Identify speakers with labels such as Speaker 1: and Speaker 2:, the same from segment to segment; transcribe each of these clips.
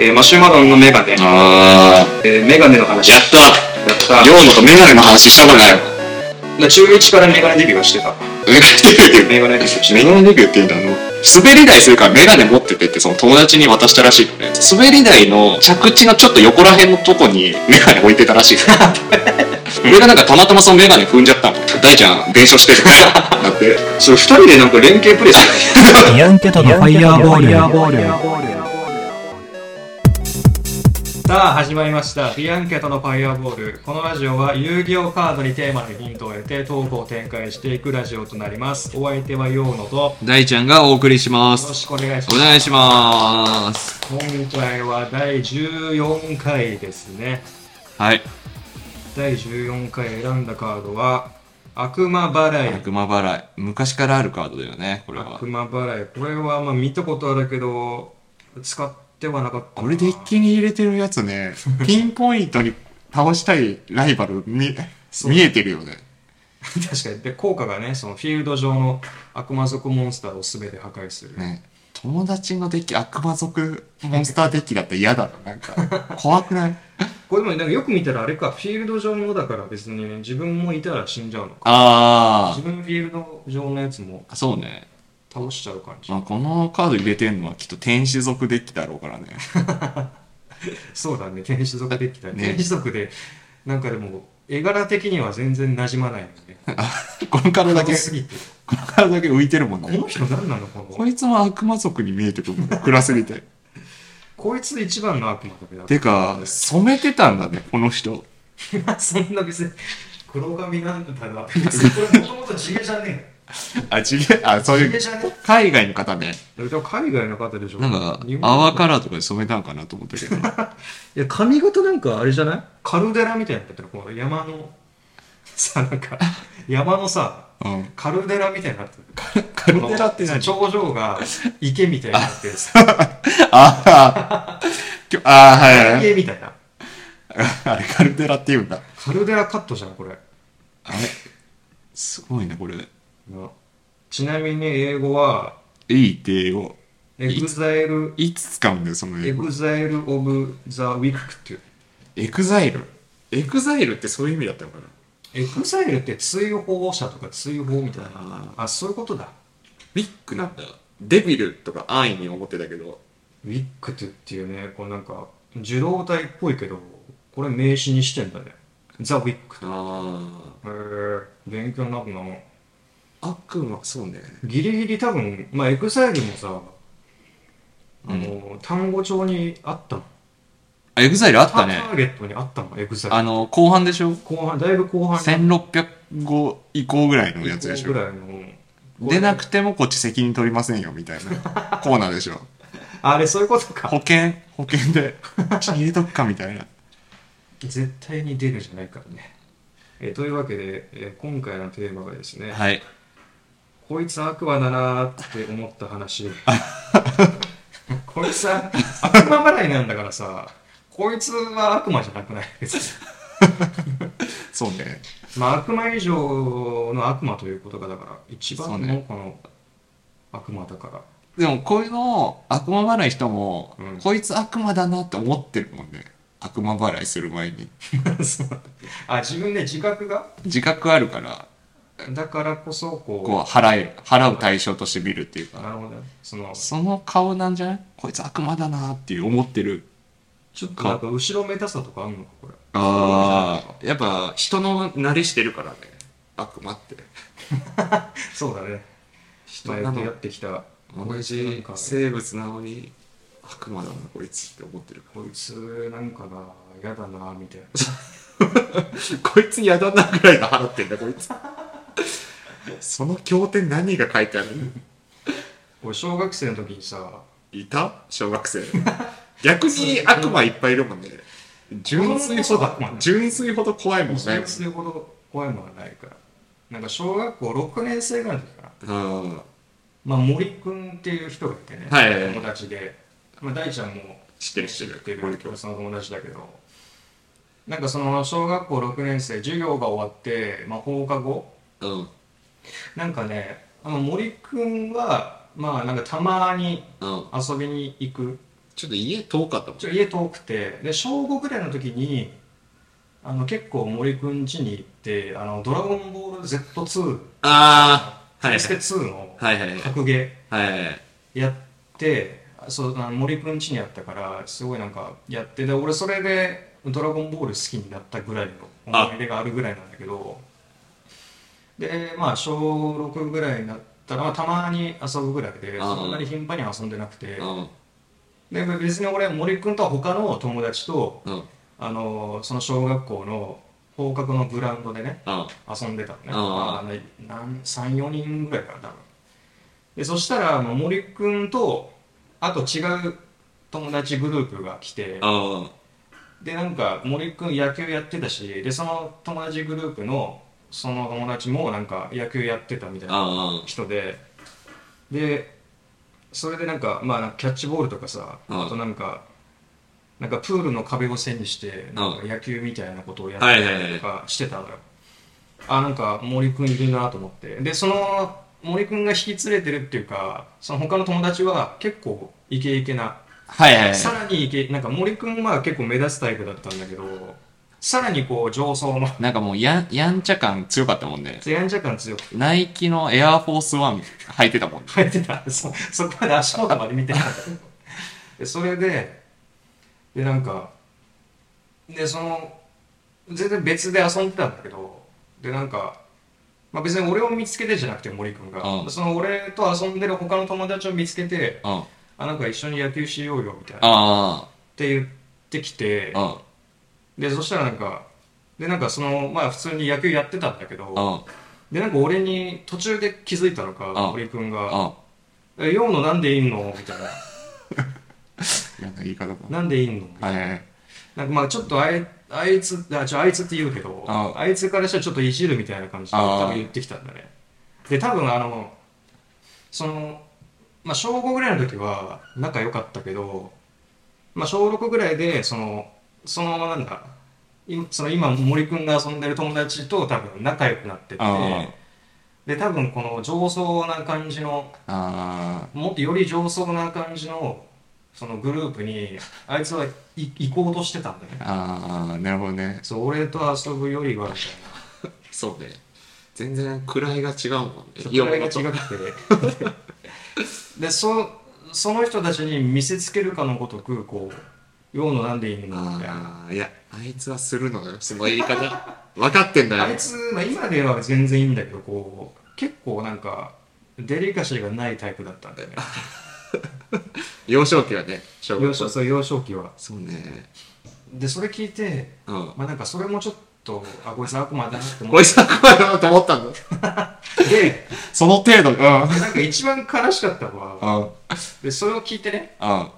Speaker 1: えーマシュマロンのメガネ、
Speaker 2: あ
Speaker 1: えーメガネの話
Speaker 2: ー、やった
Speaker 1: やった
Speaker 2: ー。ヨ野とメガネの話したことないわ。
Speaker 1: だ中1からメガネデビューはしてた
Speaker 2: メガネデビュー。
Speaker 1: メガネデビューして
Speaker 2: メガネデビューっていうのは、あの、滑り台するからメガネ持っててって、その友達に渡したらしいのね。滑り台の着地のちょっと横ら辺のとこにメガネ置いてたらしい の。俺がなんかたまたまそのメガネ踏んじゃったの。大ちゃん、弁償してる。 だって。
Speaker 1: たそれ2人でなんか連携プレイしてた
Speaker 3: イアンケトのファイヤーボール。
Speaker 1: さあ始まりました「フィアンケートのファイアーボール」このラジオは遊戯王カードにテーマのヒントを得てトークを展開していくラジオとなりますお相手はヨーノとよ
Speaker 4: 大ちゃんがお送りしま
Speaker 1: ろ
Speaker 4: す。
Speaker 1: しくお願いし
Speaker 4: お
Speaker 1: ます
Speaker 4: 願いします。
Speaker 1: 今回は第14回ですね
Speaker 4: はい。
Speaker 1: 第14回選んだカードは悪魔払い
Speaker 4: 悪魔払い。昔からあるカードだよね、これは
Speaker 1: 悪。魔払いこれはまあ見たことあるけど使ってはなかったな
Speaker 2: これで一気に入れてるや つね、ピンポイントに倒したいライバル見、見えてるよね。
Speaker 1: 確かにで効果がねそのフィールド上の悪魔族モンスターを全て破壊する、
Speaker 2: ね友達のデッキ、悪魔族モンスターデッキだったら嫌だろ。なんか、怖 くない
Speaker 1: これでもなんかよく見たらあれかフィールド上のだから別に、ね、自分もいたら死んじゃうのか
Speaker 2: あ
Speaker 1: 自分フィールド上のやつも
Speaker 4: あそうね。
Speaker 1: 倒しちゃう感じ
Speaker 2: まあ、このカード入れてんのはきっと天使族デッキだろうからね。
Speaker 1: そうだね天使族できたね
Speaker 2: ね
Speaker 1: 天使族でなんかでも絵柄的には全然馴染まないよね
Speaker 2: このカードだけ
Speaker 1: 黒、すぎて
Speaker 2: このカードだけ浮いてるもん
Speaker 1: こ
Speaker 2: ね。
Speaker 1: の人何なのこ
Speaker 2: こ
Speaker 1: の
Speaker 2: いつも悪魔族に見えてくるもんね。暗すぎて。
Speaker 1: こいつ一番の悪魔だけだ
Speaker 2: てか、染めてたんだね、この人。
Speaker 1: そんな別に黒髪なん だな。これもともと地毛じゃね
Speaker 2: あ、ちげ、あ、そう
Speaker 1: え。
Speaker 2: い
Speaker 1: 地毛
Speaker 2: う、
Speaker 1: じゃね
Speaker 2: 海外の方ね。
Speaker 1: え。でも海外の方でしょ。
Speaker 4: なんか
Speaker 1: 日、本
Speaker 4: 泡カラーとかで染めたのかなと思ったけど。
Speaker 1: いや、髪型なんかあれじゃないカルデラみたいになってる。こう山の、さ、な んか、山のさ、
Speaker 2: うん。
Speaker 1: カルデラみたいになってる。
Speaker 2: カルテラって
Speaker 1: この
Speaker 2: 何
Speaker 1: 頂上が池みたいになっ てるさ。
Speaker 2: あーきょあー、はいはいはい。
Speaker 1: 池みたいな。
Speaker 2: あれ、カルテラって言うんだ。
Speaker 1: カルデラカットじゃん、これ。
Speaker 2: あれすごいね、これ。
Speaker 1: のちなみに英語は、
Speaker 2: いいって英語。
Speaker 1: エグザイル、
Speaker 2: いつ使うんだよ、その
Speaker 1: エ
Speaker 2: 英語
Speaker 1: グ。ザイルオブザウィークっていう。
Speaker 2: エクザイルエクザイルってそういう意味だったのかな
Speaker 1: エグザイルって追放者とか追放みたいな
Speaker 2: あ
Speaker 1: あそういうことだ
Speaker 2: ウィックなんだ。デビルとか安易に思ってたけど。
Speaker 1: ウィックトゥっていうねこうなんか受動体っぽいけどこれ名詞にしてんだねザ・ウィックト
Speaker 2: あ
Speaker 1: ゥへえ勉強になるな
Speaker 2: あ。悪魔、そうね。
Speaker 1: ギリギリ多分まあエグザイルもさあの、単語帳にあったの
Speaker 4: あ、エグザイルあっ
Speaker 1: タ
Speaker 4: た
Speaker 1: タ
Speaker 4: ね。
Speaker 1: ーゲットにあったのエグザイ
Speaker 4: あ
Speaker 1: ル
Speaker 4: の、後半でしょ
Speaker 1: 後半だいぶ後半
Speaker 4: ?1600
Speaker 2: 5以降ぐらいのやつでし
Speaker 1: ぐ
Speaker 2: ょ。
Speaker 1: らいの
Speaker 2: 出なくてもこっち責任取りませんよ、みたい なコーナーでしょ。
Speaker 1: あれそういうことか
Speaker 2: 保険、保険で、入れとくか、みたいな。
Speaker 1: 絶対に出るじゃないからねえというわけで、えー今回のテーマがですね、
Speaker 4: はい。
Speaker 1: こいつ悪魔だなーって思った話 こいつは悪魔払いなんだからさこいつは悪魔じゃなくない別に
Speaker 2: そうね。
Speaker 1: まあ悪魔以上の悪魔ということがだから一
Speaker 4: そう
Speaker 1: 番の
Speaker 4: ね
Speaker 1: この悪魔だから、
Speaker 2: でも、こういうのを悪魔払い人も、
Speaker 1: うん
Speaker 2: こいつ悪魔だなって思ってるもんね。悪魔払いする前に。
Speaker 1: そうあ自分で自覚が
Speaker 2: 自覚あるから、
Speaker 1: だからこそこ
Speaker 2: こう、払える。払う対象として見るっていう
Speaker 1: う
Speaker 2: か、
Speaker 1: なるほどねその
Speaker 2: その顔なんじゃないこいつ悪魔だなっていう思ってる。
Speaker 1: ちょっとなんか後ろめたさとかあんのかこれ
Speaker 2: ああ、やっぱ人の慣れしてるからね。悪魔って。
Speaker 1: そうだね
Speaker 2: 人
Speaker 1: 前
Speaker 2: な
Speaker 1: で
Speaker 2: の
Speaker 1: やってきた
Speaker 2: 同じ
Speaker 1: こいつなんか
Speaker 2: 生物なのに、悪魔だな、こいつって思ってるか
Speaker 1: こいつなんかな嫌だなみたい な
Speaker 2: ら。こいつやだなぐらいの払ってんだ、こいつ。その経典何が書いてある
Speaker 1: 俺小学生の時にさ
Speaker 2: いた小学生。逆に悪魔いっぱいいるもんね。純粋ほ
Speaker 1: 子供
Speaker 2: ど
Speaker 1: こそ悪魔ね、
Speaker 2: 純粋ほど怖いもんね。
Speaker 1: 先生ほど怖いものはないからなんか小学校6年生ぐらいの時かな、
Speaker 2: うん。
Speaker 1: まあ、森くんっていう人がいてね、
Speaker 2: はいはいはい
Speaker 1: 友達で、まあ、大ちゃんも
Speaker 2: 知ってる知ってる
Speaker 1: 知って
Speaker 2: 森
Speaker 1: る
Speaker 2: くん
Speaker 1: その友達だけどなんかその小学校6年生授業が終わって、まあ、放課後
Speaker 2: うん。
Speaker 1: なんかねあの森くんはまあなんかたまに
Speaker 2: うん。
Speaker 1: 遊びに行く
Speaker 5: ちょっと家遠かったもん
Speaker 1: ちょ家遠くてで小5ぐらいの時にあの結構森くん家に行って「あのドラゴンボール Z2」
Speaker 5: ああ、はい
Speaker 1: プレステ2の
Speaker 5: はいはいはい
Speaker 1: 格ゲ
Speaker 5: はいはいはい。
Speaker 1: ーやってそうあの森くん家にやったからすごいなんかやってで俺それで「ドラゴンボール」好きになったぐらいの思い出があるぐらいなんだけどでまあ小6ぐらいになったら、まあ、たまに遊ぶぐらいで
Speaker 5: あー
Speaker 1: そんなに頻繁に遊んでなくて
Speaker 5: うん
Speaker 1: で別に俺森くんとは他の友達と
Speaker 5: うんうん
Speaker 1: あのその小学校の放課後のグラウンドでね
Speaker 5: あ
Speaker 1: 遊んでたのね
Speaker 5: ああ
Speaker 1: 34人ぐらいかな多分でそしたらもう森くんとあと違う友達グループが来て
Speaker 5: あ
Speaker 1: でなんか森くん野球やってたしでその友達グループのその友達もなんか野球やってたみたいな
Speaker 5: あ
Speaker 1: 人ででそれでなんかまあなんかキャッチボールとかさ
Speaker 5: うん
Speaker 1: あとなんかなんかプールの壁を背にしてなんか
Speaker 5: う
Speaker 1: 野球みたいなことをやってたりとかしてたのよ、あなんか森くんいるなと思ってでその森くんが引き連れてるっていうかその他の友達は結構イケイケな
Speaker 5: はいはいはい。
Speaker 1: さらにイケなんか森くんは結構目立つタイプだったんだけどさらにこう上層の
Speaker 2: なんかもうや、やんちゃ感強かったもんね。
Speaker 1: やんちゃ感強くて
Speaker 2: ナイキのエアフォースワン履いてたもんね。
Speaker 1: 生えてた そそこまで足元まで見てなか ったでそれででなんかでその全然別で遊んでたんだけどでなんか、まあ、別に俺を見つけてじゃなくて森君が、
Speaker 2: うん
Speaker 1: その俺と遊んでる他の友達を見つけて
Speaker 2: うん。あ
Speaker 1: あなんか一緒に野球しようよみたいなっ
Speaker 2: あ
Speaker 1: て言ってきて
Speaker 2: ー、うん。
Speaker 1: でそしたらなんかでなんかそのまあ普通に野球やってたんだけ
Speaker 2: う
Speaker 1: ど
Speaker 2: ん。
Speaker 1: でなんか俺に途中で気づいたのか
Speaker 2: うん
Speaker 1: 森君
Speaker 2: う
Speaker 1: が
Speaker 2: ん。
Speaker 1: え、読むのなんでいいのみたいな。
Speaker 2: なんか言い方が。
Speaker 1: なんでいいのみたい
Speaker 2: はいはいはい。
Speaker 1: な。なんかまあちょっとあいあいつ、あ、ちょ、あいつって言うけど、
Speaker 2: あ
Speaker 1: あいつからしたらちょっといじるみたいな感じで
Speaker 2: あ
Speaker 1: 多分言ってきたんだね。で、多分あの、その、まあ小5ぐらいの時は仲良かったけど、まあ小6ぐらいで、その、そのなんだ、今その今森くんが遊んでる友達と多分仲良くなってって、
Speaker 2: あ
Speaker 1: で、多分この上層な感じの
Speaker 2: あ。あ
Speaker 1: もっとより上層な感じのそのグループにあいつはい行こうとしてたんだね
Speaker 2: あ。ああ。なるほどね。
Speaker 1: そう俺と遊ぶよりはみたい
Speaker 5: そうね。全然位が違うもんね。
Speaker 1: な世代が違くてでそその人たちに見せつけるかのごとくこう「用のなんでいいの?」みたいな
Speaker 5: ああ、いや、あいつはするのよ、その言い方。分かってんだよ。
Speaker 1: あいつ、まあ、今では全然いいんだけどこう結構なんかデリカシーがないタイプだったんだよね
Speaker 5: 幼少期はね、小
Speaker 1: 幼
Speaker 5: 学
Speaker 1: 少
Speaker 5: 校。
Speaker 1: そう幼少期は
Speaker 5: そうね。
Speaker 1: でそれ聞いて
Speaker 5: うん。
Speaker 1: まあなんかそれもちょっとあこいつ悪魔だなって思
Speaker 5: こ
Speaker 1: っ
Speaker 5: いつは怖いなと思ったんだ。
Speaker 1: て
Speaker 2: その程度。うん。
Speaker 1: でなんか一番悲しかったのは、
Speaker 2: うん。
Speaker 1: でそれを聞いてね、
Speaker 2: うん。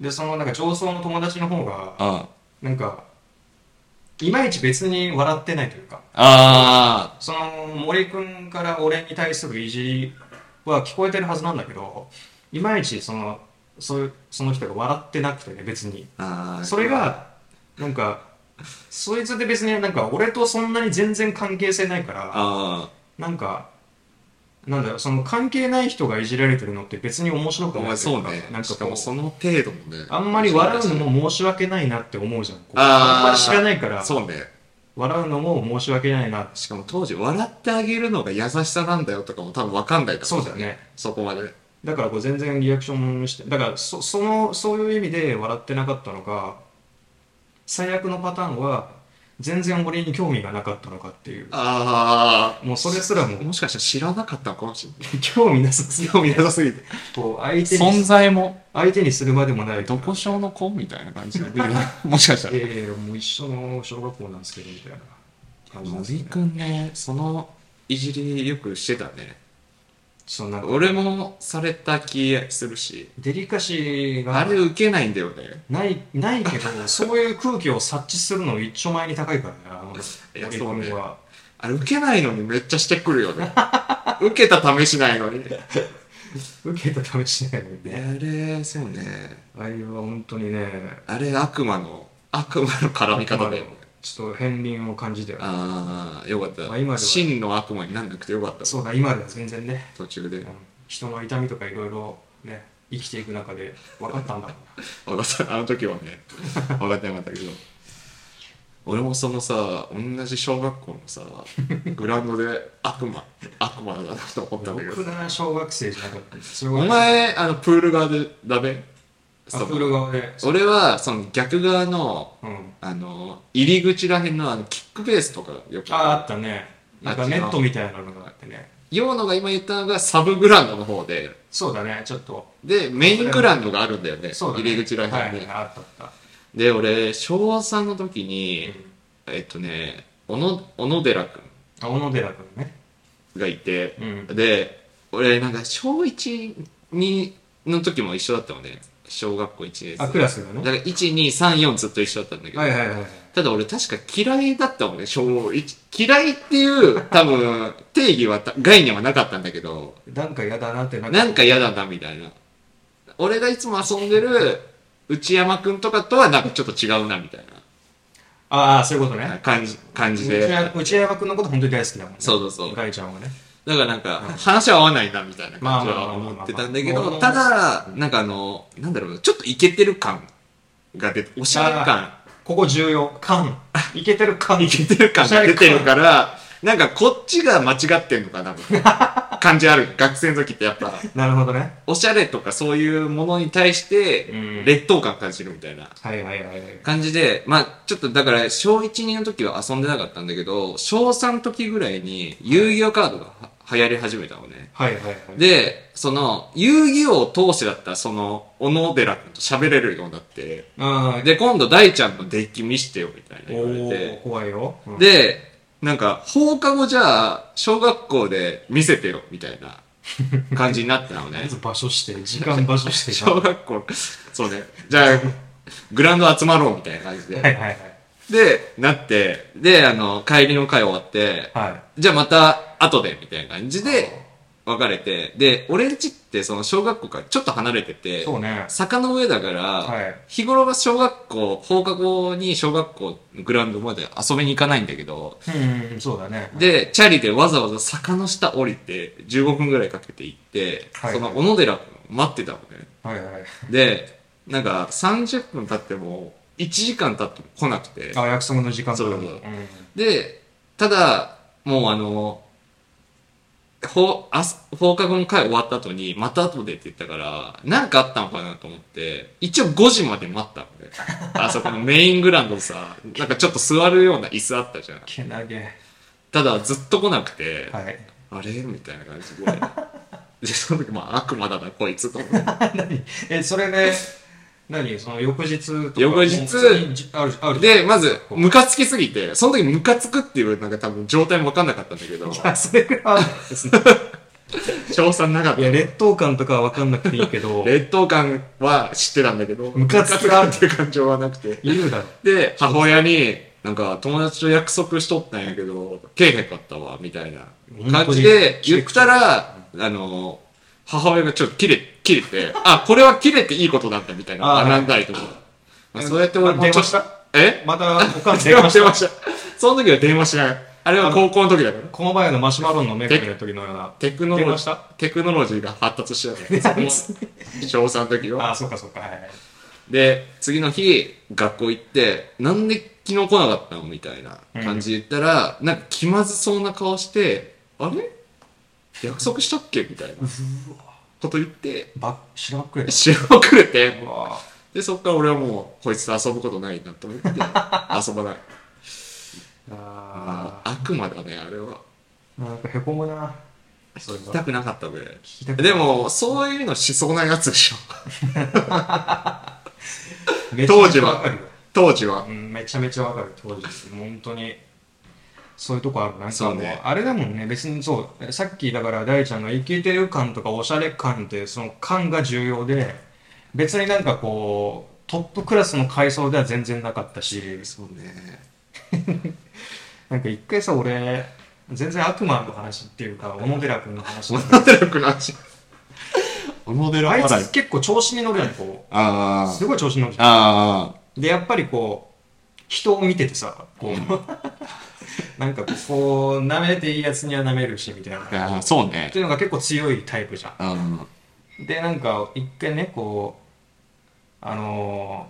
Speaker 1: でそのなんか上層の友達の方が、
Speaker 2: あ
Speaker 1: なんか、いまいち別に笑ってないというか、
Speaker 2: あ
Speaker 1: その森君から俺に対するいじりは聞こえてるはずなんだけど、いまいちそのそういうその人が笑ってなくてね、別に。
Speaker 5: あ
Speaker 1: それ、が、なんか、そいつで別になんか俺とそんなに全然関係性ないから、
Speaker 5: あ
Speaker 1: なんか、なんだろう、その関係ない人がいじられてるのって別に面白く
Speaker 5: あ、お
Speaker 1: ない
Speaker 5: 前
Speaker 1: とい
Speaker 5: そう
Speaker 1: か
Speaker 5: ね。
Speaker 1: なんか
Speaker 5: し
Speaker 1: こ、
Speaker 5: かもそうの程度もね。
Speaker 1: あんまり笑うのも申し訳ないなって思うじゃん。こう
Speaker 5: あー
Speaker 1: あんまり知らないから、
Speaker 5: そうね。
Speaker 1: 笑うのも申し訳ないな。
Speaker 5: しかも当時、笑ってあげるのが優しさなんだよとかも多分分かんないから
Speaker 1: そうだよね。
Speaker 5: そこまで。
Speaker 1: だからこう全然リアクションして、だからそその、そういう意味で笑ってなかったのか、最悪のパターンは、全然俺に興味がなかったのかっていう。
Speaker 5: あ
Speaker 1: もうそれすらも
Speaker 5: あ、もしかしたら知らなかったのかもしれない。
Speaker 1: 興味なさすぎ
Speaker 5: 興味なさすぎて。
Speaker 1: こう
Speaker 2: あ。
Speaker 1: 相手
Speaker 2: 存
Speaker 1: に、
Speaker 2: 在も、
Speaker 1: 相手にするまでもない。
Speaker 2: どこ小の子みたいな感じで。 もしかしたら。
Speaker 1: ええもう一緒の小学校なんですけどみたいな感じなんです
Speaker 5: 森
Speaker 1: ね
Speaker 5: くんね、そのいじりよくしてたね。
Speaker 1: そのなんか
Speaker 5: 俺もされた気するし、
Speaker 1: デリカシー
Speaker 5: あ
Speaker 1: が
Speaker 5: れ受けないんだよね。
Speaker 1: ないないけど そういう空気を察知するの一丁前に高いからねあの
Speaker 5: いや
Speaker 1: 森
Speaker 5: そうね
Speaker 1: 君は
Speaker 5: あれ受けないのにめっちゃしてくるよ ね。受けた試しないのに。
Speaker 1: 受けたためしないのに
Speaker 5: あ
Speaker 1: ね
Speaker 5: れ、そうね。
Speaker 1: あれは本当にね
Speaker 5: あれ悪魔の、悪魔の絡み方だよね。
Speaker 1: ちょっと片鱗を感じたよね
Speaker 5: ああ、よかった。
Speaker 1: まあ今では
Speaker 5: 真の悪魔になんなくてよかった。
Speaker 1: そうだ今では全然ね
Speaker 5: 途中で
Speaker 1: うん。人の痛みとかいろいろね生きていく中で分かったん だろうな。
Speaker 2: 小田さんあの時は ね分かってなかったけど俺もそのさ同じ小学校のさグラウンドで悪魔悪魔だなと思ったんだけど
Speaker 1: 僕な小学生じゃなかったんです。お
Speaker 2: お前あのプール側でダメ
Speaker 1: アップル側で。
Speaker 2: その俺はその逆側の
Speaker 1: うん。
Speaker 2: あの入り口らへんのあのキックベースとかよ
Speaker 1: あ
Speaker 2: く
Speaker 1: あ、あったね。なんかネットみたいなのがあってね。
Speaker 2: 陽野が今言ったのがサブグラウンドの方で
Speaker 1: そうだね、ちょっと。
Speaker 2: でメイングラウンドがあるんだよね
Speaker 1: そうだね。
Speaker 2: 入り口らへんで、
Speaker 1: はい、あったあった。
Speaker 2: で俺昭和さんの時
Speaker 1: う
Speaker 2: に、
Speaker 1: ん
Speaker 2: えっとね小野小野寺君
Speaker 1: あ、小野寺君ね。
Speaker 2: がいて、
Speaker 1: うん。
Speaker 2: で俺なんか小1にの時も一緒だったのね小学校1年生
Speaker 1: あ、クラスが
Speaker 2: だ
Speaker 1: ね。
Speaker 2: から1234ずっと一緒だったんだけど、
Speaker 1: はいはいはい。
Speaker 2: ただ俺確か嫌いだったもんね小1嫌いっていう多分 定義はた概念はなかったんだけど
Speaker 1: なんか嫌だなってな
Speaker 2: なんか嫌だなみたいな俺がいつも遊んでる内山くんとかとはなんかちょっと違うなみたい
Speaker 1: ああ、そういうことね
Speaker 2: な。感じ感じで
Speaker 1: 内山内山君のこと本当に大好きだもんね。
Speaker 2: そうそうそう
Speaker 1: ガイちゃんはね。
Speaker 2: だからなんか、話合わないな、みたいな感じ
Speaker 1: まあ
Speaker 2: は
Speaker 1: まあまあまあまあ
Speaker 2: 思ってたんだけ
Speaker 1: まあま
Speaker 2: ど、
Speaker 1: あ
Speaker 2: ただ、なんかあの、なんだろう、ちょっとイケてる感が出て、おしゃれ感、
Speaker 1: ここ重要。感。いけてる感。
Speaker 2: イケてる感が出てるから、なんかこっちが間違ってんのかな、みたいな感じある。 学生の時ってやっぱ、
Speaker 1: なるほどね。
Speaker 2: おしゃれとかそういうものに対して、
Speaker 1: ん
Speaker 2: 劣等感感じるみたいな
Speaker 1: はいはいはいはい。
Speaker 2: 感じで、まあちょっとだから、小1、2の時は遊んでなかったんだけど、小3の時ぐらいに、遊戯王カードがは流行り始めたのね。
Speaker 1: はいはいはい。
Speaker 2: で、その、遊戯王を通してだったら、その、小野寺君と喋れるようになって、
Speaker 1: うん、
Speaker 2: で、今度大ちゃんのデッキ見してよ、みたいな
Speaker 1: お
Speaker 2: 言われ
Speaker 1: ー、
Speaker 2: て、
Speaker 1: 怖いよ。うん、
Speaker 2: で、なんか、放課後じゃあ、小学校で見せてよ、みたいな感じになったの
Speaker 1: ま
Speaker 2: ね
Speaker 1: ず。場所して、時間場所して
Speaker 2: 小
Speaker 1: は
Speaker 2: 学校、そうね。じゃあ、グラウンド集まろう、みたいな感
Speaker 1: い
Speaker 2: じ
Speaker 1: はい
Speaker 2: で。
Speaker 1: はい。
Speaker 2: で、なって、で、あの、帰りの会終わって、
Speaker 1: は
Speaker 2: じゃあまた後でみたいな感じで別れて、で、俺んちってその小学校からちょっと離れて
Speaker 1: い。
Speaker 2: て、
Speaker 1: そうね。
Speaker 2: 坂の上だから、
Speaker 1: はい。
Speaker 2: 日頃は小学校、放課後に小学校のグラウンドまで遊びに行かないんだけど、
Speaker 1: うん、そうだね。
Speaker 2: で、チャリでわざわざ坂の下降りて、15分ぐらいかけて行って、
Speaker 1: はい
Speaker 2: その小野寺君待ってたのね。
Speaker 1: はいはい。
Speaker 2: で、なんか30分経っても、1時間経っても来なくて、
Speaker 1: あ、約束の時間とか
Speaker 2: そう
Speaker 1: も
Speaker 2: そう
Speaker 1: うん
Speaker 2: で、ただ、もうあの、ほあす放課後の会終わった後に、また後でって言ったから、なんかあったのかなと思って、一応5時まで待ったの で、あそこのメイングラウンドさ、なんかちょっと座るような椅子あったじゃん。
Speaker 1: けなげ。
Speaker 2: ただ、ずっと来なくて、
Speaker 1: はい。
Speaker 2: あれみたいな感じで。で、その時、まあ、悪魔だな、こいつと思って。
Speaker 1: 何え、それで、何その翌日とか。
Speaker 2: 翌日
Speaker 1: もう普通にじある、ある。
Speaker 2: で、まず、ムカつきすぎて、その時ムカつくっていう、なんか多分状態もわかんなかったんだけど、
Speaker 1: あ、 それくらいあるんですね。
Speaker 2: 賞賛なかった
Speaker 1: い。や、劣等感とかは分かんなくていいけど、
Speaker 2: 劣等感は知ってたんだけど、
Speaker 1: ムカつくな
Speaker 2: ムカつくなっていう感情はなくて。
Speaker 1: いるだろ。
Speaker 2: で、母親に、なんか友達と約束しとったんやけど、けえへんかったわ、みたいな感じで言ったら、あの、母親がちょっと切れ、切れて、あ、これは切れていいことなんだ、みたいな、
Speaker 1: あー
Speaker 2: 学んだりとか。まあそうやって俺
Speaker 1: ま
Speaker 2: も
Speaker 1: 電
Speaker 2: ちょ
Speaker 1: 話
Speaker 2: っ
Speaker 1: し
Speaker 2: と、
Speaker 1: た
Speaker 2: え
Speaker 1: また、おかん
Speaker 2: 電
Speaker 1: 電
Speaker 2: 話
Speaker 1: 話
Speaker 2: して
Speaker 1: した。
Speaker 2: ました。その時は電話しない。あれは高校の時だから。
Speaker 1: この前のマシュマロンのメガネの時のような。
Speaker 2: テクノ
Speaker 1: 電
Speaker 2: ロ
Speaker 1: 話
Speaker 2: ジ
Speaker 1: し
Speaker 2: ー
Speaker 1: た、
Speaker 2: テクノロジーが発達して たから、その小3の時は。
Speaker 1: あ、そうかそうか。はいはい。
Speaker 2: で、次の日、学校行って、なんで昨日来なかったのみたいな感じで言ったら、なんか気まずそうな顔して、あれ約束したっけみたいなこと言って、
Speaker 1: ば、知らんくれ。
Speaker 2: 知ら遅れて
Speaker 1: う、わ
Speaker 2: で、そっから俺はもう、こいつと遊ぶことないな と思って、遊ばない。
Speaker 1: あ
Speaker 2: あ悪魔だね、あれは。
Speaker 1: ーなんかへこむな。それ
Speaker 2: 行きた
Speaker 1: は。
Speaker 2: くなかったね。
Speaker 1: 聞きたくない
Speaker 2: で、も、そういうのしそうなやつでしょ。
Speaker 1: めちゃめち
Speaker 2: 当時
Speaker 1: ゃ
Speaker 2: は
Speaker 1: わかるよ。
Speaker 2: 当時は
Speaker 1: う。ん、めちゃめちゃわかる、当時。本当に。そういうとこあるな。
Speaker 2: そうね
Speaker 1: なんかもうあれだもんね、別にそう。さっき、だから大ちゃんのイケてる感とかおしゃれ感って、その感が重要で、別になんかこう、トップクラスの階層では全然なかったし、
Speaker 2: そうね。
Speaker 1: なんか一回さ、俺、全然悪魔の話っていうか、小野寺君の話
Speaker 2: 小
Speaker 1: だ
Speaker 2: 野寺くなし。小野寺
Speaker 1: あい
Speaker 2: 笑い
Speaker 1: つ。結構調子に乗るやん、こ
Speaker 2: あ
Speaker 1: う。すごい調子に乗るじゃん
Speaker 2: あ
Speaker 1: で、やっぱりこう、人を見ててさ、こう、 なんかこう、こう舐めていいやつには舐めるし、みたいな。
Speaker 2: あ、
Speaker 1: っ
Speaker 2: そうね
Speaker 1: て。いうのが結構強いタイプじゃ
Speaker 2: うん。
Speaker 1: ん。でなんか一回ねこうあの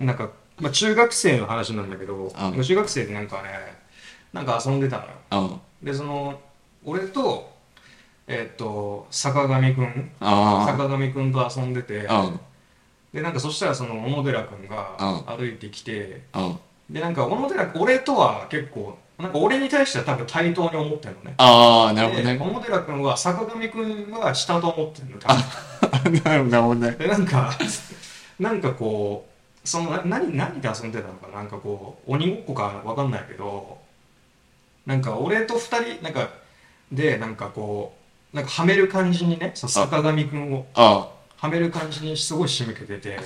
Speaker 1: ーなんか、まあ、中学生の話なんだけど、
Speaker 2: うん
Speaker 1: 中学生でなんかねなんか遊んでたのよ
Speaker 2: あ
Speaker 1: でその俺とえっと坂上くん
Speaker 2: あ
Speaker 1: 坂上くんと遊んでて
Speaker 2: あ
Speaker 1: でなんかそしたらその小野寺くんが歩いてきて
Speaker 2: あ
Speaker 1: でなんか小野寺俺とは結構なんか俺に対しては多分対等に思ってるのね
Speaker 2: ああなるほど
Speaker 1: で
Speaker 2: ね
Speaker 1: 小野寺くんは坂上くんは下と思ってるの多分
Speaker 2: なるほどなるほどね
Speaker 1: でなんか なんかこうそのな何何で遊んでたのかななんかこう鬼ごっこかわかんないけどなんか俺と二人なんかでなんかこうなんかはめる感じにねその坂上くんを
Speaker 2: あ
Speaker 1: はめる感じにすごい仕向けてて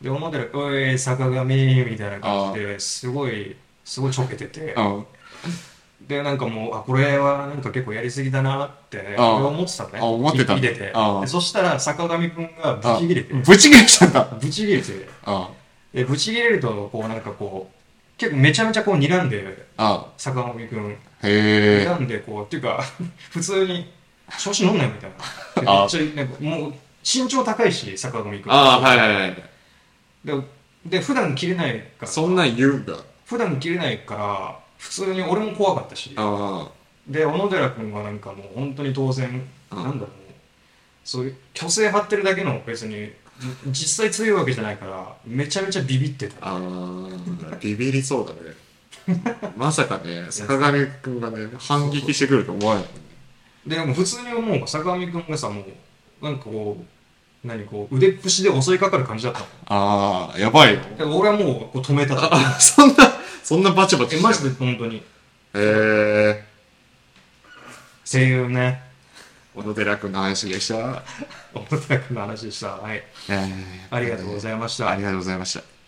Speaker 1: で小野寺「おい坂上」みたいな感じですごいすごいちょけてて
Speaker 2: ああ
Speaker 1: でなんかもうあこれはなんか結構やりすぎだなって
Speaker 2: あ
Speaker 1: 俺は思ってたのね
Speaker 2: あ思ってた
Speaker 1: 見てて
Speaker 2: あ
Speaker 1: でそしたら坂上くんがブチギレて
Speaker 2: ぶち切れちゃった
Speaker 1: ブチギレて
Speaker 2: あ
Speaker 1: でブチギレるとこうなんかこう結構めちゃめちゃこう睨んで
Speaker 2: あ
Speaker 1: 坂上くん
Speaker 2: へえ
Speaker 1: 睨んでこうっていうか 普通に調子乗んないみたいな
Speaker 2: あ
Speaker 1: でめっちゃなんかもう身長高いし坂上くん
Speaker 2: ああはいはいはい
Speaker 1: でで普段切れないから
Speaker 2: そんなん言うんだ
Speaker 1: 普段切れないから普通に俺も怖かったし
Speaker 2: あ
Speaker 1: で小野寺君はなんかもう本当に当然、
Speaker 2: うん
Speaker 1: なんだろうそういう虚勢張ってるだけの別に実際強いわけじゃないからめちゃめちゃビビって
Speaker 2: あ
Speaker 1: た
Speaker 2: ああビビりそうだねまさか ね坂上くんがね反撃してくると思わない
Speaker 1: でもう普通にもう坂上君がさもうなんかこう何こう腕っぷしで襲いかかる感じだった
Speaker 2: ああやばいよ
Speaker 1: ので俺はもうこう止めた と
Speaker 2: あ そんなそんなバチバチ
Speaker 1: えマジで本当にっ
Speaker 2: へえ
Speaker 1: ていうね
Speaker 2: 小野寺君の話でした、
Speaker 1: 小野寺君の話でしたはい
Speaker 2: えー
Speaker 1: ありがとうございました、
Speaker 2: ありがとうございました